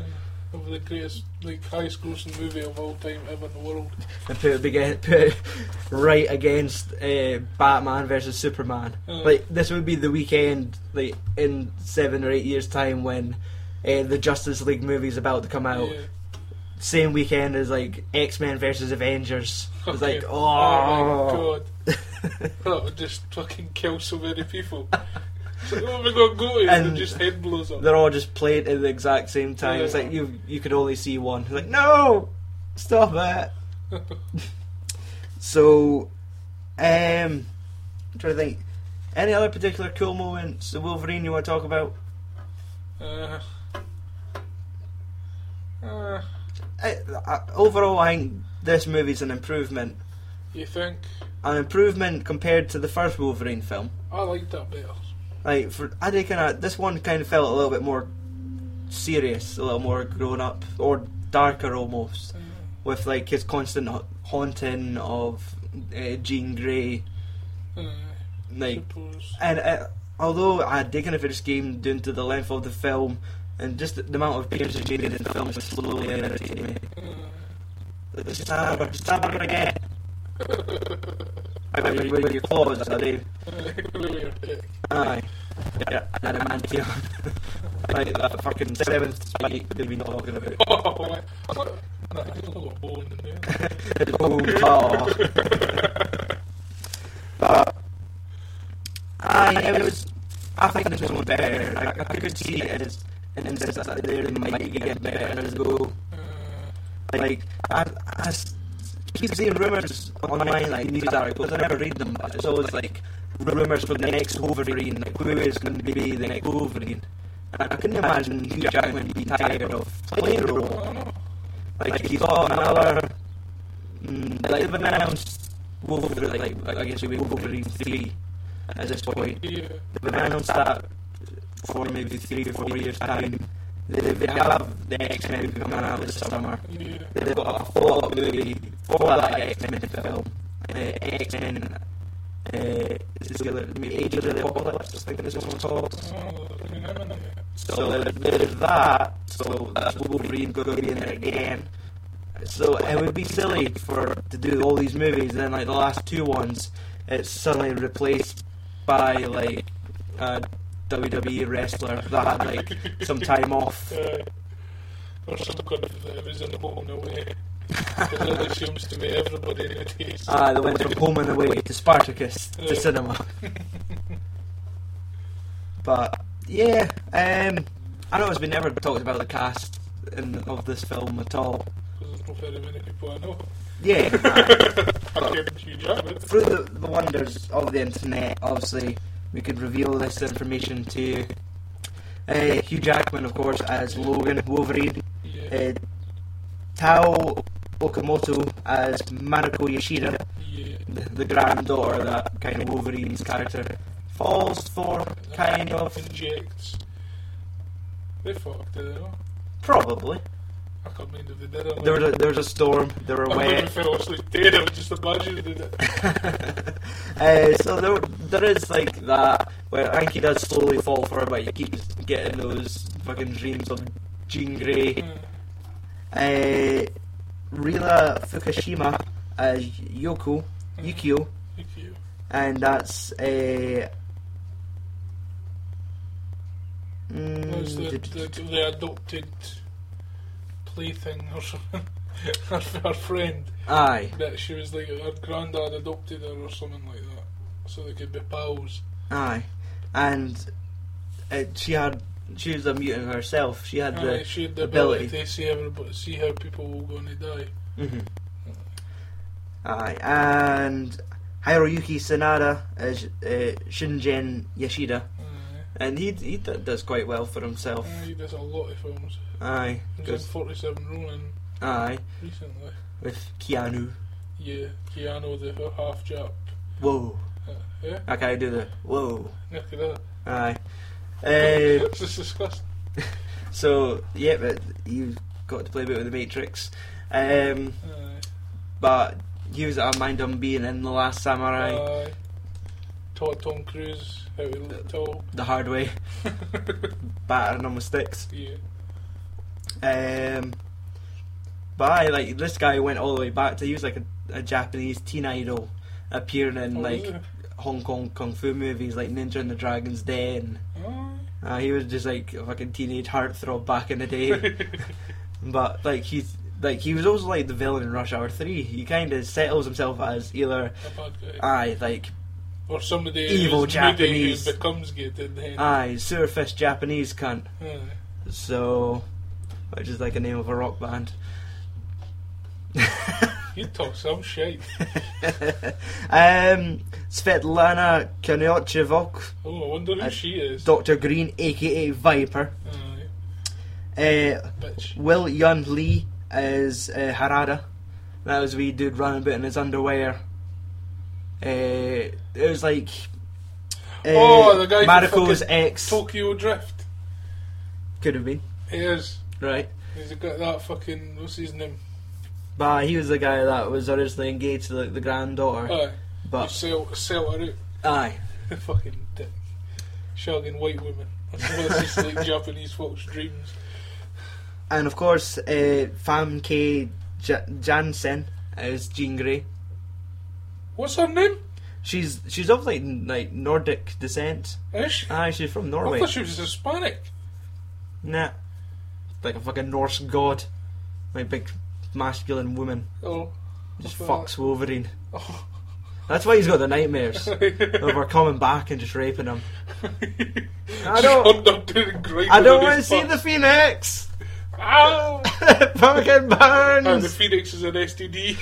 uh, Of the greatest, like, highest grossing movie of all time ever in the world.
and put it, bega- put it right against uh, Batman versus Superman.
Mm.
Like this would be the weekend, like in seven or eight years' time when uh, the Justice League movie's about to come out.
Yeah.
Same weekend as like X Men versus Avengers. It's
Okay.
like
Oh
oh,
my god. that would just fucking kill so many people. It's like, oh my god, go to
And
and just head blows up.
they're all just played at the exact same time. It's
Yeah.
like you you could only see one. It's like no, stop that. So, um, I'm trying to think. Any other particular cool moments, the Wolverine you want to talk about?
Uh, uh,
I, I, overall, I think this movie's an improvement.
you think?
An improvement compared to the first Wolverine film.
I like that better.
Like for I think kind of this one kind of felt a little bit more serious, a little more grown up or darker
Uh,
almost, with like his constant ha- haunting of uh, Jean Grey.
Uh,
Like
suppose.
And uh, although I did kind of this game due to the length of the film and just the, the amount of appearances she made in the film was slowly irritating me.
Uh,
Like, Just stab her, stab her again. I mean, with, with your claws, I do. Aye. Yeah, adamantium. like that fucking seventh spike that we talking about.
oh, I think I've got a bone in there.
Oh, oh. but I, it was, I think this one was better. I, I could see it as an instance that they really might get better as go.
Uh,
Like, I, I s- keep seeing rumours online, like news articles. I never read them, but it's always like rumours for the next Wolverine, like who is going to be the next Wolverine. And I couldn't imagine Hugh Jackman being tired of playing the role. Like he got another. Mm, like they've announced Wolverine. Like, like I guess it'll be Wolverine three, at this point.
Yeah.
The man on that for maybe three or four years' time, they, they have the X Men coming out this summer.
Yeah.
They've got a follow up movie for that X Men film. Uh, X Men. Uh, is the other- Age of the Apocalypse, I think this one's called.
Oh, I mean, I'm in it.
So there- there's that. So that's Wolverine going to be in there again. So it would be silly for to do all these movies, then like the last two ones, it's suddenly replaced by like a WWE wrestler that had like some time off.
Uh, or some kind of uh, was in the home and away. It really seems to be everybody nowadays.
Ah, they went from home and away to Spartacus to cinema. But yeah, um, I know it's been never talked about the cast in, of this film at all.
Because there's not very many people I know.
Yeah,
I can't Hugh Jackman.
through the, the wonders of the internet, obviously, we could reveal this information to you. Uh, Hugh Jackman, of course, as Logan Wolverine.
Yeah.
Uh, Tao Okamoto as Maruko Yoshida,
Yeah.
the, the granddaughter, that kind of Wolverine's character, falls for, kind of,
Injects. They fucked it, you know.
probably.
I can't mind if they did it.
There was a, there was a storm, there were
I wouldn't
wet.
fell asleep dead. I was just imagining that.
uh, so there, there is like that where I think he does slowly fall for it, but he keeps getting those fucking dreams of Jean Grey.
Mm.
Uh, Rila Fukushima as Yoko
Mm-hmm.
Yukio,
Thank you.
and that's uh, a. mm,
Was the, the, the adopted plaything or something? her, her friend.
aye,
That she was like, her granddad adopted her or something like that. So they could be pals.
aye, and uh, she had she was a mutant herself. She had the
Aye, she had the ability,
ability.
to see everybody, see how people were going to die.
Mhm. Aye, and Hiroyuki Sanada as uh, Shingen Yoshida,
Aye.
and he he d- does quite well for himself.
Aye, he does a lot of films.
Aye,
He was
goes,
in 47 Ronin
aye,
recently.
with Keanu.
Yeah, Keanu the half Jap.
Whoa,
Uh, yeah,
I can't do the whoa.
look at that.
Aye, uh,
This is disgusting.
so yeah, but you've got to play a bit with the Matrix. Um,
Aye.
but he was out of mind on being in the Last Samurai
Aye. Taught Tom Cruise how he looked tall.
the hard way, battering on with sticks.
Yeah.
Um, but I like this guy went all the way back to he was like a, a Japanese teen idol, appearing in
Oh,
like
yeah.
Hong Kong kung fu movies like Ninja and the Dragon's Den.
Aye.
Uh, he was just like a fucking teenage heartthrob back in the day. but like he's like he was also like the villain in Rush Hour Three. He kind of settles himself as either
A bad guy.
aye like
or somebody
evil
who's moody
Japanese. Ah.
who becomes good in the end.
aye surface Japanese cunt.
Aye.
So, which is like a name of a rock band.
You talk some shit.
um, Svetlana Konyatyevok,
Oh, I wonder who
Uh,
she is.
Dr. Green, aka Viper.
Aye.
Uh,
Bitch.
Will Yun Lee as uh, Harada. That was a wee dude running about in his underwear. Uh, it was like. Uh,
Oh, the guy from
Mariko's
fucking
ex.
Tokyo Drift.
Could have been.
He is.
Right.
He's got that fucking. What's his name?
But he was the guy that was originally engaged to the, the granddaughter.
Aye. You
but,
sell, sell her out.
aye.
The fucking dick. Shagging white women. That's just like Japanese folks' dreams.
And of course, uh, Fam K J- Jansen as Jean Grey.
What's her name?
She's she's of like n- like Nordic descent.
Is she?
Ah, she's from
I
Norway.
thought she was Hispanic.
Nah, like a fucking Norse god, like big masculine woman,
Oh.
just
Fuck.
fucks Wolverine.
Oh.
That's why he's got the nightmares of her coming back and just raping him. I
Just
don't.
underdoing grinding
I don't
on
want to
his
see
butt.
the Phoenix.
Ow!
fucking
and the
burns.
Phoenix is an STD.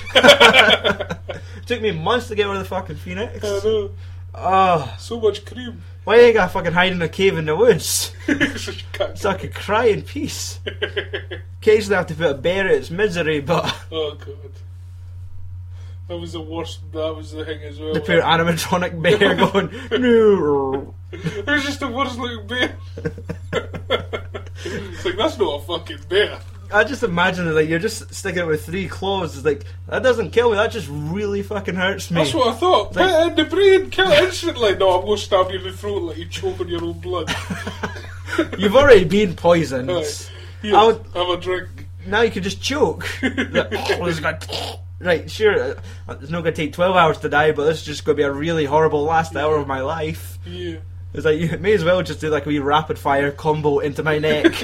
Took me months to get rid of the fucking Phoenix.
I know.
Oh,
So much cream.
why you gotta fucking hide in a cave in the woods?
She can't-
so I could cry in peace. Occasionally I have to put a bear in its misery, but
oh god. Oh, That was the worst. That was the thing as well.
The poor animatronic bear going, no.
it was just the worst looking bear. it's like that's not a fucking bear.
I just imagine it like you're just sticking it with three claws. It's like that doesn't kill me. That just really fucking hurts me.
That's what I thought.
like-
Put it in the brain, kill it instantly. No, I'm gonna stab you in the throat like you choke on your own blood.
You've already been poisoned.
Right.
I
Here,
would-
have a drink.
Now you could just choke. Like, oh, this is gonna- right, sure. uh, It's not gonna take twelve hours to die, but this is just gonna be a really horrible last hour of my life.
Yeah.
It's like you may as well just do like a wee rapid fire combo into my neck,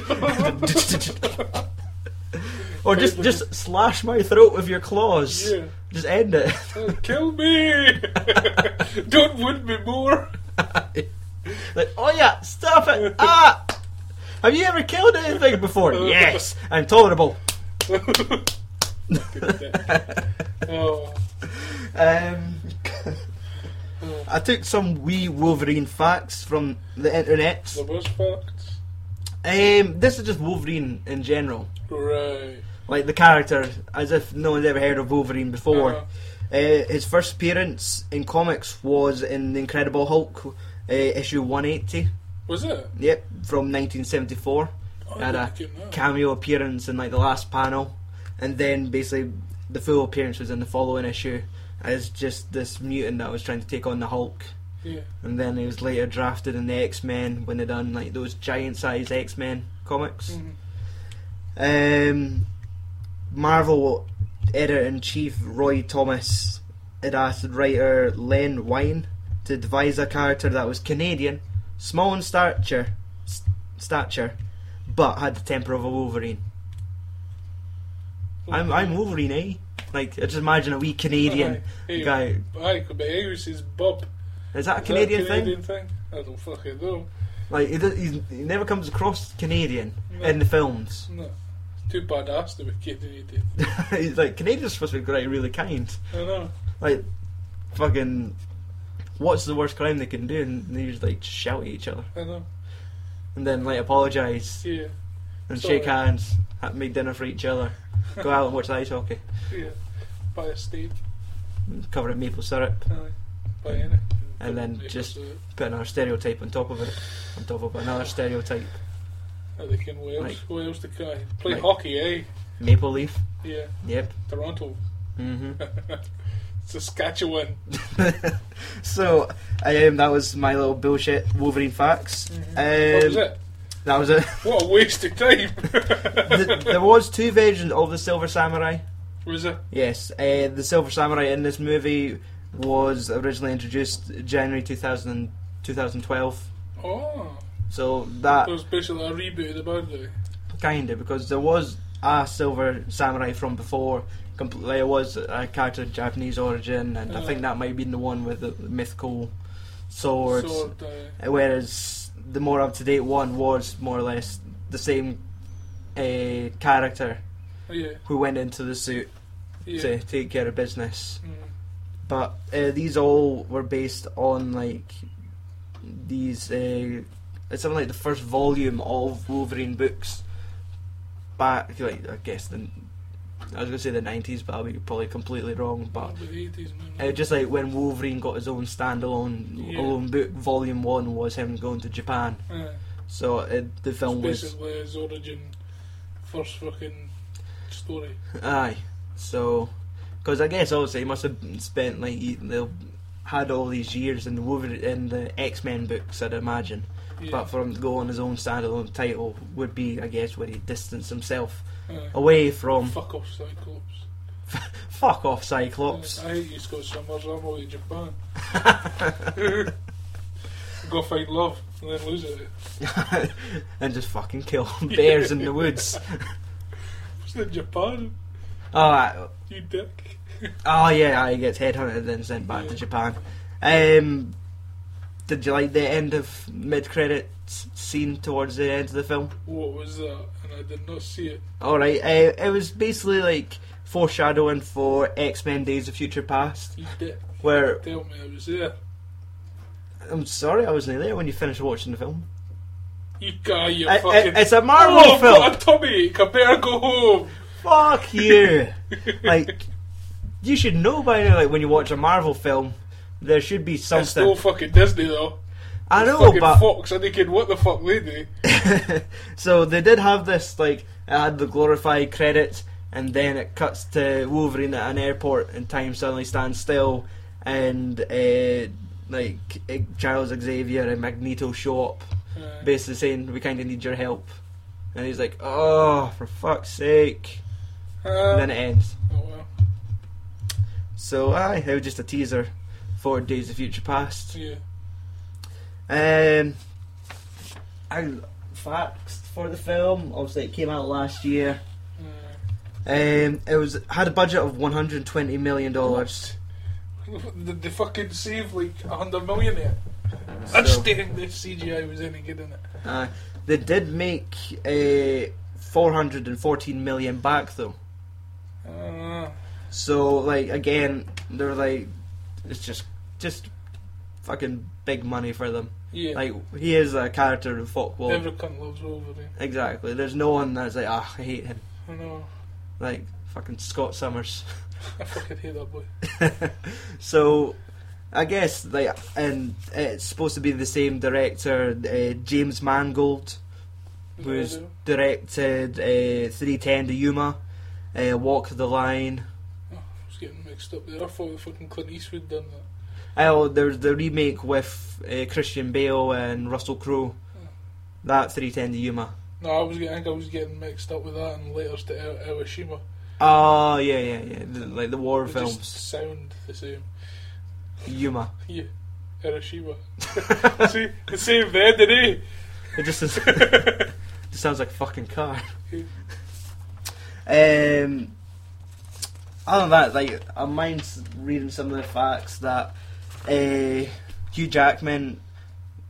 or just just slash my throat with your claws.
Yeah.
Just end it.
Uh, Kill me! Don't wound me more.
like, oh yeah, stop it! Ah, have you ever killed anything before? yes, I'm tolerable.
Oh,
Um, I took some wee Wolverine facts from the internet.
the worst facts.
Um, this is just Wolverine in general,
Right.
like the character, as if no one's ever heard of Wolverine before.
Uh-huh.
Uh, his first appearance in comics was in the Incredible Hulk, uh, issue 180.
Was it?
Yep, from 1974.
Oh,
had a
look at that.
cameo appearance in like the last panel, and then basically the full appearance was in the following issue as just this mutant that was trying to take on the Hulk.
Yeah.
And then he was later drafted in the X Men when they done like those giant size X Men comics. Um, Marvel editor in chief Roy Thomas had asked writer Len Wein to devise a character that was Canadian, small in stature, st- stature, but had the temper of a Wolverine. I'm I'm Wolverine, eh? Like I just imagine a wee Canadian
Aye.
guy.
Aye, could be Irish is Bob.
Is that a
Is that
Canadian, thing?
Canadian thing? I don't fucking know.
Like he, does, he's, he never comes across Canadian in the films.
No. Too badass to be Canadian.
he's like Canadians supposed to be great, really kind.
I know.
Like fucking, what's the worst crime they can do? And they just like shout at each other
I know.
and then like apologise
Yeah.
and
Sorry.
shake hands, ha- make dinner for each other, go out and watch ice hockey,
Yeah. Buy a steak.
cover it in maple syrup,
Aye. Buy anything.
and then
Make
just
us do it.
put another stereotype on top of it, on top of another stereotype.
Oh, they can Wales.
Right.
Wales to guy. Play
Right.
hockey, eh?
Maple leaf.
Yeah.
Yep.
Toronto.
hmm
Saskatchewan.
so, um, that was my little bullshit Wolverine facts.
That was
Um,
it.
That was it.
What a waste of time.
Th- there was two versions of the Silver Samurai.
was it?
Yes, uh, the Silver Samurai in this movie was originally introduced January 2000, 2012.
Oh.
So that
It was basically a reboot of the eh? boundary.
kind of because there was a Silver Samurai from before. Compl- There was a character of Japanese origin, and I
Yeah.
think that might have been the one with the mythical swords.
Sword, uh,
whereas the more up to date one was more or less the same uh, character
oh, yeah,
who went into the suit
yeah.
to take care of business.
Mm.
But uh, these all were based on like these. Uh, it's something like the first volume of Wolverine books back, like I guess the. I was gonna say the nineties, but I'll be probably completely wrong. But
Probably the 80s, man.
uh, just like when Wolverine got his own standalone
Yeah.
alone book, volume one was him going to Japan.
Uh,
So it, the film was
basically his origin, first fucking story.
Aye. So, because I guess obviously he must have spent like he, they had all these years in the Wolver- in the X Men books, I'd imagine.
Yeah.
But for him to go on his own standalone title would be, I guess, where he distanced himself
Aye.
away from
Uh, Fuck off, Cyclops.
fuck off Cyclops.
I hate you, Scott Summers. I'm all in Japan. Go find love and then lose it.
and just fucking kill bears in the woods.
It's in Japan,
Oh, I-
you dick.
oh yeah, aye, he gets headhunted and then sent back to Japan. Um, did you like the end of mid credit scene towards the end of the film?
What was that? And I did not see it.
All right, uh, it was basically like foreshadowing for X Men: Days of Future Past,
You dick.
where
Tell me I was there.
I'm sorry I wasn't there when you finished watching the film.
You guy, you
I- I-
fucking.
it's a Marvel
oh, I've
film.
got a tummy. I better go home.
Fuck you! like you should know by now, like when you watch a Marvel film, there should be
It's no
something.
fucking Disney though.
I know,
fucking
but
Fox, and they can what the fuck they do.
so they did have this like it had the glorified credits and then it cuts to Wolverine at an airport and time suddenly stands still and uh, like eh, Charles Xavier and Magneto show up
Uh,
basically saying we kind of need your help and he's like oh for fuck's sake and then it ends
Uh, oh, well.
so aye it was just a teaser for Days of Future Past
Yeah.
Um, I, facts for the film. Obviously, it came out last year.
Uh,
Um, it was had a budget of 120 million dollars.
Did they fucking save like a hundred million there? I
So-
just didn't think the CGI was any good in it.
Uh, they did make uh, a 414 million back though.
Uh,
So like again, they're like, it's just just fucking big money for them.
yeah.
Like he is a character in Folkwall.
Every cunt loves Wolverine.
exactly. There's no one that's like ah I hate him.
I know.
Like fucking Scott Summers.
I fucking hate that boy.
so I guess like and it's supposed to be the same director uh, James Mangold who's directed uh, 310 to Yuma uh, Walk the Line
I was getting mixed up there. I thought fucking Clint Eastwood done that.
oh there's the remake with uh, Christian Bale and Russell Crowe that 310 to Yuma
No, I was getting, I think I was getting mixed up with that and letters to Er-, Ir- Iwashima.
oh yeah yeah yeah the, like the war
They
films
just sound the same.
Yuma
Yeah, Hiroshima. See, the same there, didn't
it just is, just sounds like a fucking car
he?
Um, other than that, like I mind reading some of the facts that uh, Hugh Jackman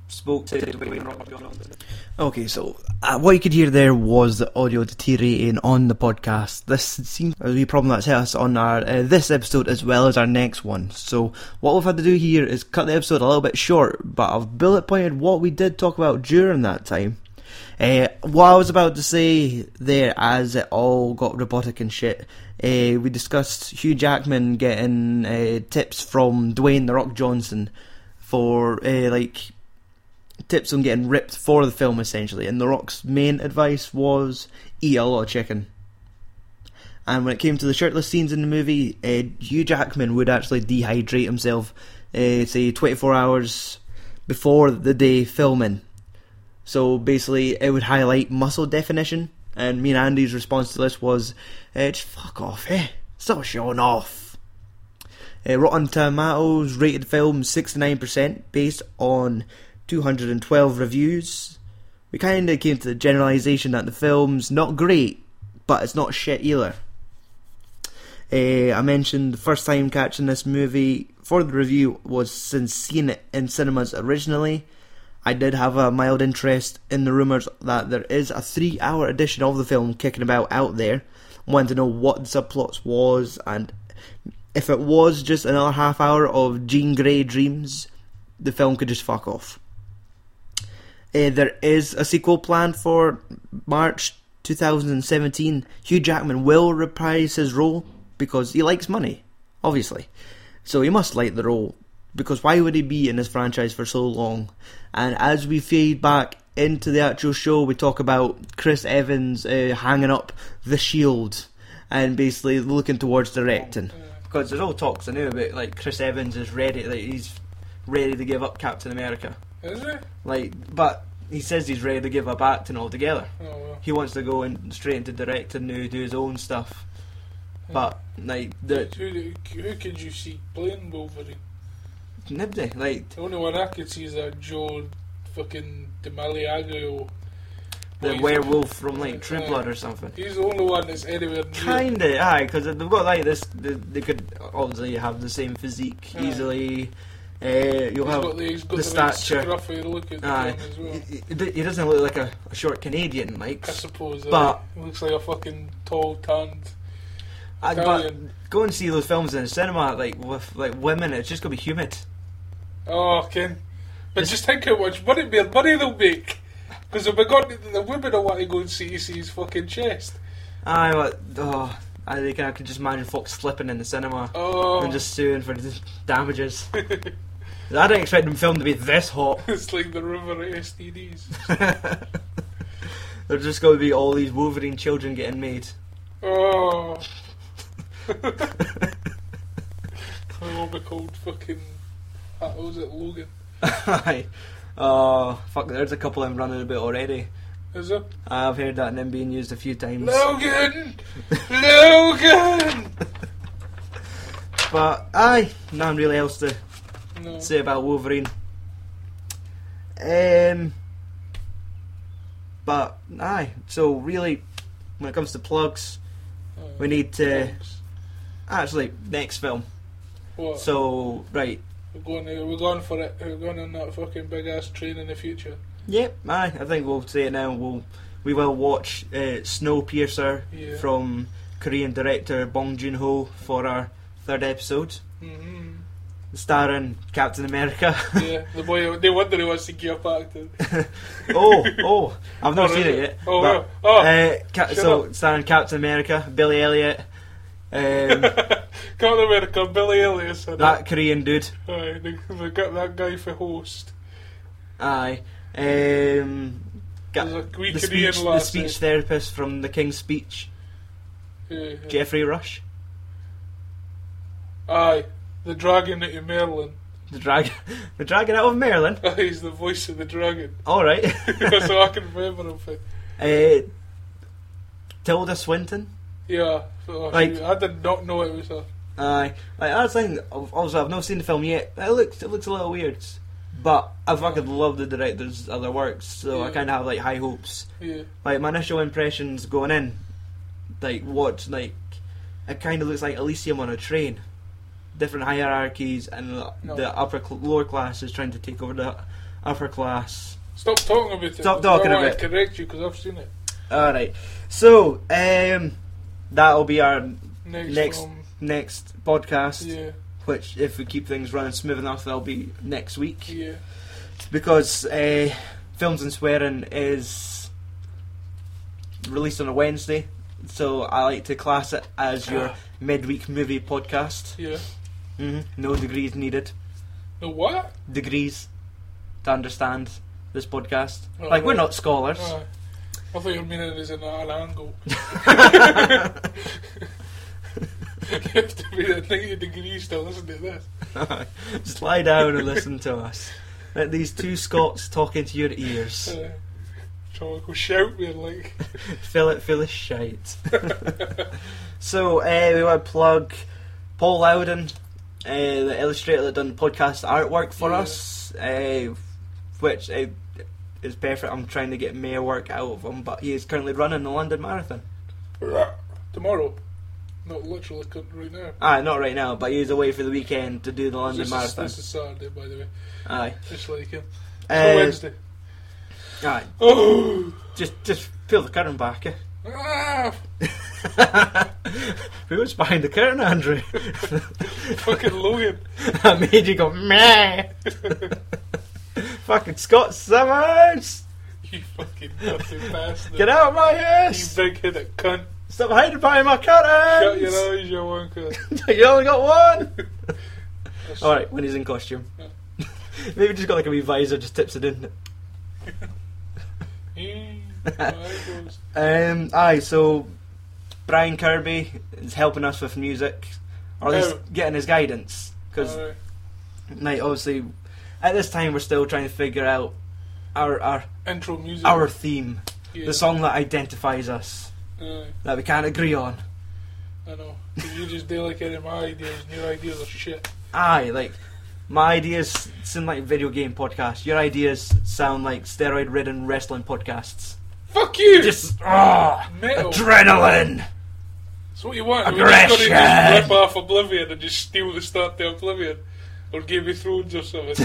spoke to Dwayne Rock Johnson.
Okay, so uh, what you could hear there was the audio deteriorating on the podcast. This seems a wee problem that's hit us on our uh, this episode as well as our next one. So what we've had to do here is cut the episode a little bit short, but I've bullet pointed what we did talk about during that time. Uh, what I was about to say there, as it all got robotic and shit, uh, we discussed Hugh Jackman getting uh, tips from Dwayne the Rock Johnson for uh, like tips on getting ripped for the film essentially, and The Rock's main advice was eat a lot of chicken. And when it came to the shirtless scenes in the movie, uh, Hugh Jackman would actually dehydrate himself, uh, say 24 hours before the day filming. So basically, it would highlight muscle definition. And me and Andy's response to this was, eh, just fuck off, eh? Stop showing off. Uh, Rotten Tomatoes rated the film 69% based on 212 reviews. We kind of came to the generalisation that the film's not great, but it's not shit either. Uh, I mentioned the first time catching this movie for the review was since seeing it in cinemas originally. I did have a mild interest in the rumours that there is a three hour edition of the film kicking about out there. Wanted to know what the subplots was and if it was just another half hour of Jean Grey dreams, the film could just fuck off. Eh, there is a sequel planned for March 2017. Hugh Jackman will reprise his role because he likes money, obviously. So he must like the role because why would he be in this franchise for so long? And as we fade back into the actual show, we talk about Chris Evans uh, hanging up the shield and basically looking towards directing.
Because there's all talks I knew about like Chris Evans is ready, like he's ready to give up Captain America.
Is it?
Like, but he says he's ready to give up acting altogether.
Oh well.
He wants to go in straight into directing now, do his own stuff. But like the
Who, who could you see playing Wolverine?
nobody, like
The only one I could see is that Joe fucking DiMaliago.
the
Well,
werewolf from like True
uh,
Blood or something.
He's the only one that's anywhere near.
Kinda, aye, because they've got like this. They, they could obviously have the same physique
Aye.
easily. Uh, you'll
He's
have.
got the, he's got
the
the, right
stature.
scruffy look at the
aye,
thing as well.
he, he- he doesn't look like a, a short Canadian, like.
I suppose. uh,
But-
he looks like a fucking tall, tanned.
I, but
Italian.
go and see those films in the cinema, like with like women. It's just gonna be humid.
Oh, Ken. But just think how much money, man, money they'll make. Because if we got the women, I want to go and see, see his fucking chest.
Aye, but oh, I think I could just imagine folks slipping in the cinema
Oh,
and just suing for damages. I didn't expect the film to be this hot.
it's like the river of STDs.
There's just going to be all these Wolverine children getting made.
Oh, I will be called fucking. That was it, Logan.
Aye. Oh, fuck, there's a couple of them running about already.
Is it?
I've heard that name being used a few times.
Logan! Logan!
But, aye, nothing really else to
No.
say about Wolverine. Um, but, aye, so really, when it comes to plugs,
Oh,
we need to.
thanks.
Actually, next film.
What?
So, right.
we're, going, we're going for it. We're going on that fucking big ass train in the future.
Yep, aye, I think we'll say it now. We'll, we will watch uh, Snowpiercer
Yeah.
from Korean director Bong Joon Ho for our third episode. Mm-hmm.
hmm
starring Captain America.
Yeah, the boy, no wonder he wants to get back to.
oh, oh, I've not
Oh,
seen
really?
it yet.
Oh,
but,
wow. Oh,
uh, ca-
shut
so starring Captain America, Billy Elliot, um,
Captain America, Billy Elliot. and
that Korean dude.
Aye, they, they got that guy for host.
Aye. Um, ga-
There's a wee
the
Korean
speech, the
lad
speech
there.
therapist from The King's Speech,
Yeah, yeah.
Jeffrey Rush,
Aye, the dragon out of Merlin.
the dragon, the dragon out of Maryland.
Aye, he's the voice of the dragon.
All right.
That's all I can remember him for.
uh, Tilda Swinton.
Yeah, oh,
Like-
shoot, I did not know it was her.
Aye, like that's the thing. ob- Obviously, I've not seen the film yet. It looks it looks a little weird, but I fucking love the director's other works, so I
Yeah.
kind of have like high hopes.
Yeah,
Like my initial impressions going in, like what like it kind of looks like Elysium on a train, different hierarchies and the-
No.
the upper cl- lower class is trying to take over the upper class.
stop talking about it.
Stop
'cause I
talking
want
about it.
to correct you because I've seen it.
All right, so um, that'll be our
Next,
Next.
Um,
next podcast.
yeah,
Which, if we keep things running smooth enough, that'll be next week.
yeah.
because uh, Films and Swearing is released on a Wednesday, so I like to class it as your midweek movie podcast.
Yeah.
hmm No degrees needed.
No, what?
Degrees to understand this podcast.
Oh,
like, we're
right.
not scholars.
Aye. Uh, I thought you meant it as an, an angle. you have to be at 90 degrees to listen to this.
Just lie down and listen to us. Let these two Scots talk into your ears.
Uh, so I go shout me like,
Fill it full of shite. so uh, we want to plug Paul Loudon, uh, the illustrator that done podcast artwork for
Yeah.
us, uh, which uh, is perfect. I'm trying to get more work out of him, but he is currently running the London Marathon.
tomorrow. Not literally couldn't right now.
Ah, not right now, but he's away for the weekend to do the London
This is,
Marathon.
this is Saturday, by the way.
Aye.
Just like him. It's
Uh,
Wednesday.
aye.
Oh!
Just, just peel the curtain back. Eh?
Ah!
Who was behind the curtain, Andrew?
Fucking Logan.
I made you go meh. Fucking Scott Summers,
You fucking dirty bastard.
get out of my
You
house!
big headed cunt.
Stop hiding behind my
Shut
curtains.
your eyes, you wanker.
you only got one. All right, when he's in costume, maybe just got like a wee visor, just tips it in.
Eh, my eyebrows.
Um, aye, so Brian Kirby is helping us with music, or at least
Oh.
getting his guidance because
Alright.
like obviously at this time we're still trying to figure out our our
Intro music.
our theme,
Yeah.
the song that identifies us
Aye,
that we can't agree on.
I know. You just do like any of my ideas, and your ideas are shit.
Aye, like my ideas sound like video game podcasts. Your ideas sound like steroid-ridden wrestling podcasts.
Fuck you!
Just ah,
Metal.
adrenaline.
That's what you want. We're just gonna
Aggression.
just rip off Oblivion and just steal the start to Oblivion. Or Game of Thrones or something.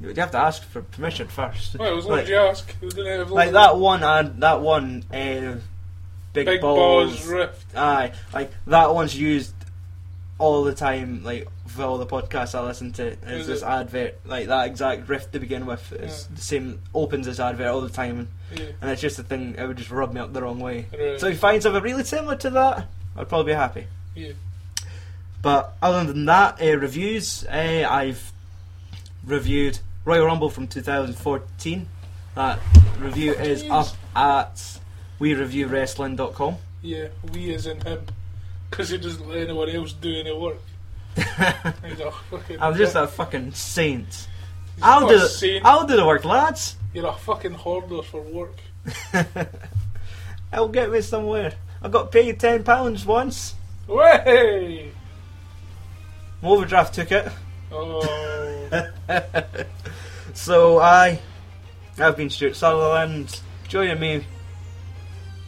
You have to ask for permission first.
well, as long
like,
as you ask. We didn't have
like that one, and that one, uh, big,
Big
balls.
Balls Rift.
Aye, like that one's used all the time, like for all the podcasts I listen to, is
Is
this
it?
advert, like that exact riff to begin with. It's
Yeah.
the same, opens this advert all the time,
Yeah.
and it's just a thing that would just rub me up the wrong way.
Right.
So if you find something really similar to that, I'd probably be happy.
Yeah.
But other than that, uh, reviews. Uh, I've reviewed Royal Rumble from 2014. That review is up at WeReviewWrestling.com.
Yeah. We as in him. Because he doesn't let anyone else do any work. He's a fucking.
I'm just
dick.
a fucking saint.
He's
I'll
not
do
a
the,
saint.
I'll do the work, lads.
You're a fucking hoarder for work.
I'll get me somewhere. I got paid ten pounds once.
Way!
My overdraft took it.
Oh.
So I, I've been Stuart Sutherland. Joining me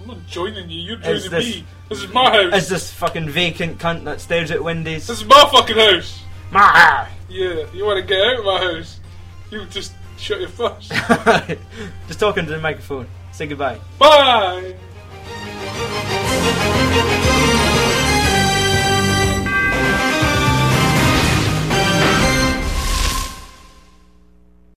I'm not joining you, you're
Is
joining
this-
me. This is my house.
is this fucking vacant cunt that stares at windows.
this is my fucking house.
Ma!
Yeah, you want to get out of my house? You just shut your face.
Just talking to the microphone. Say goodbye.
Bye!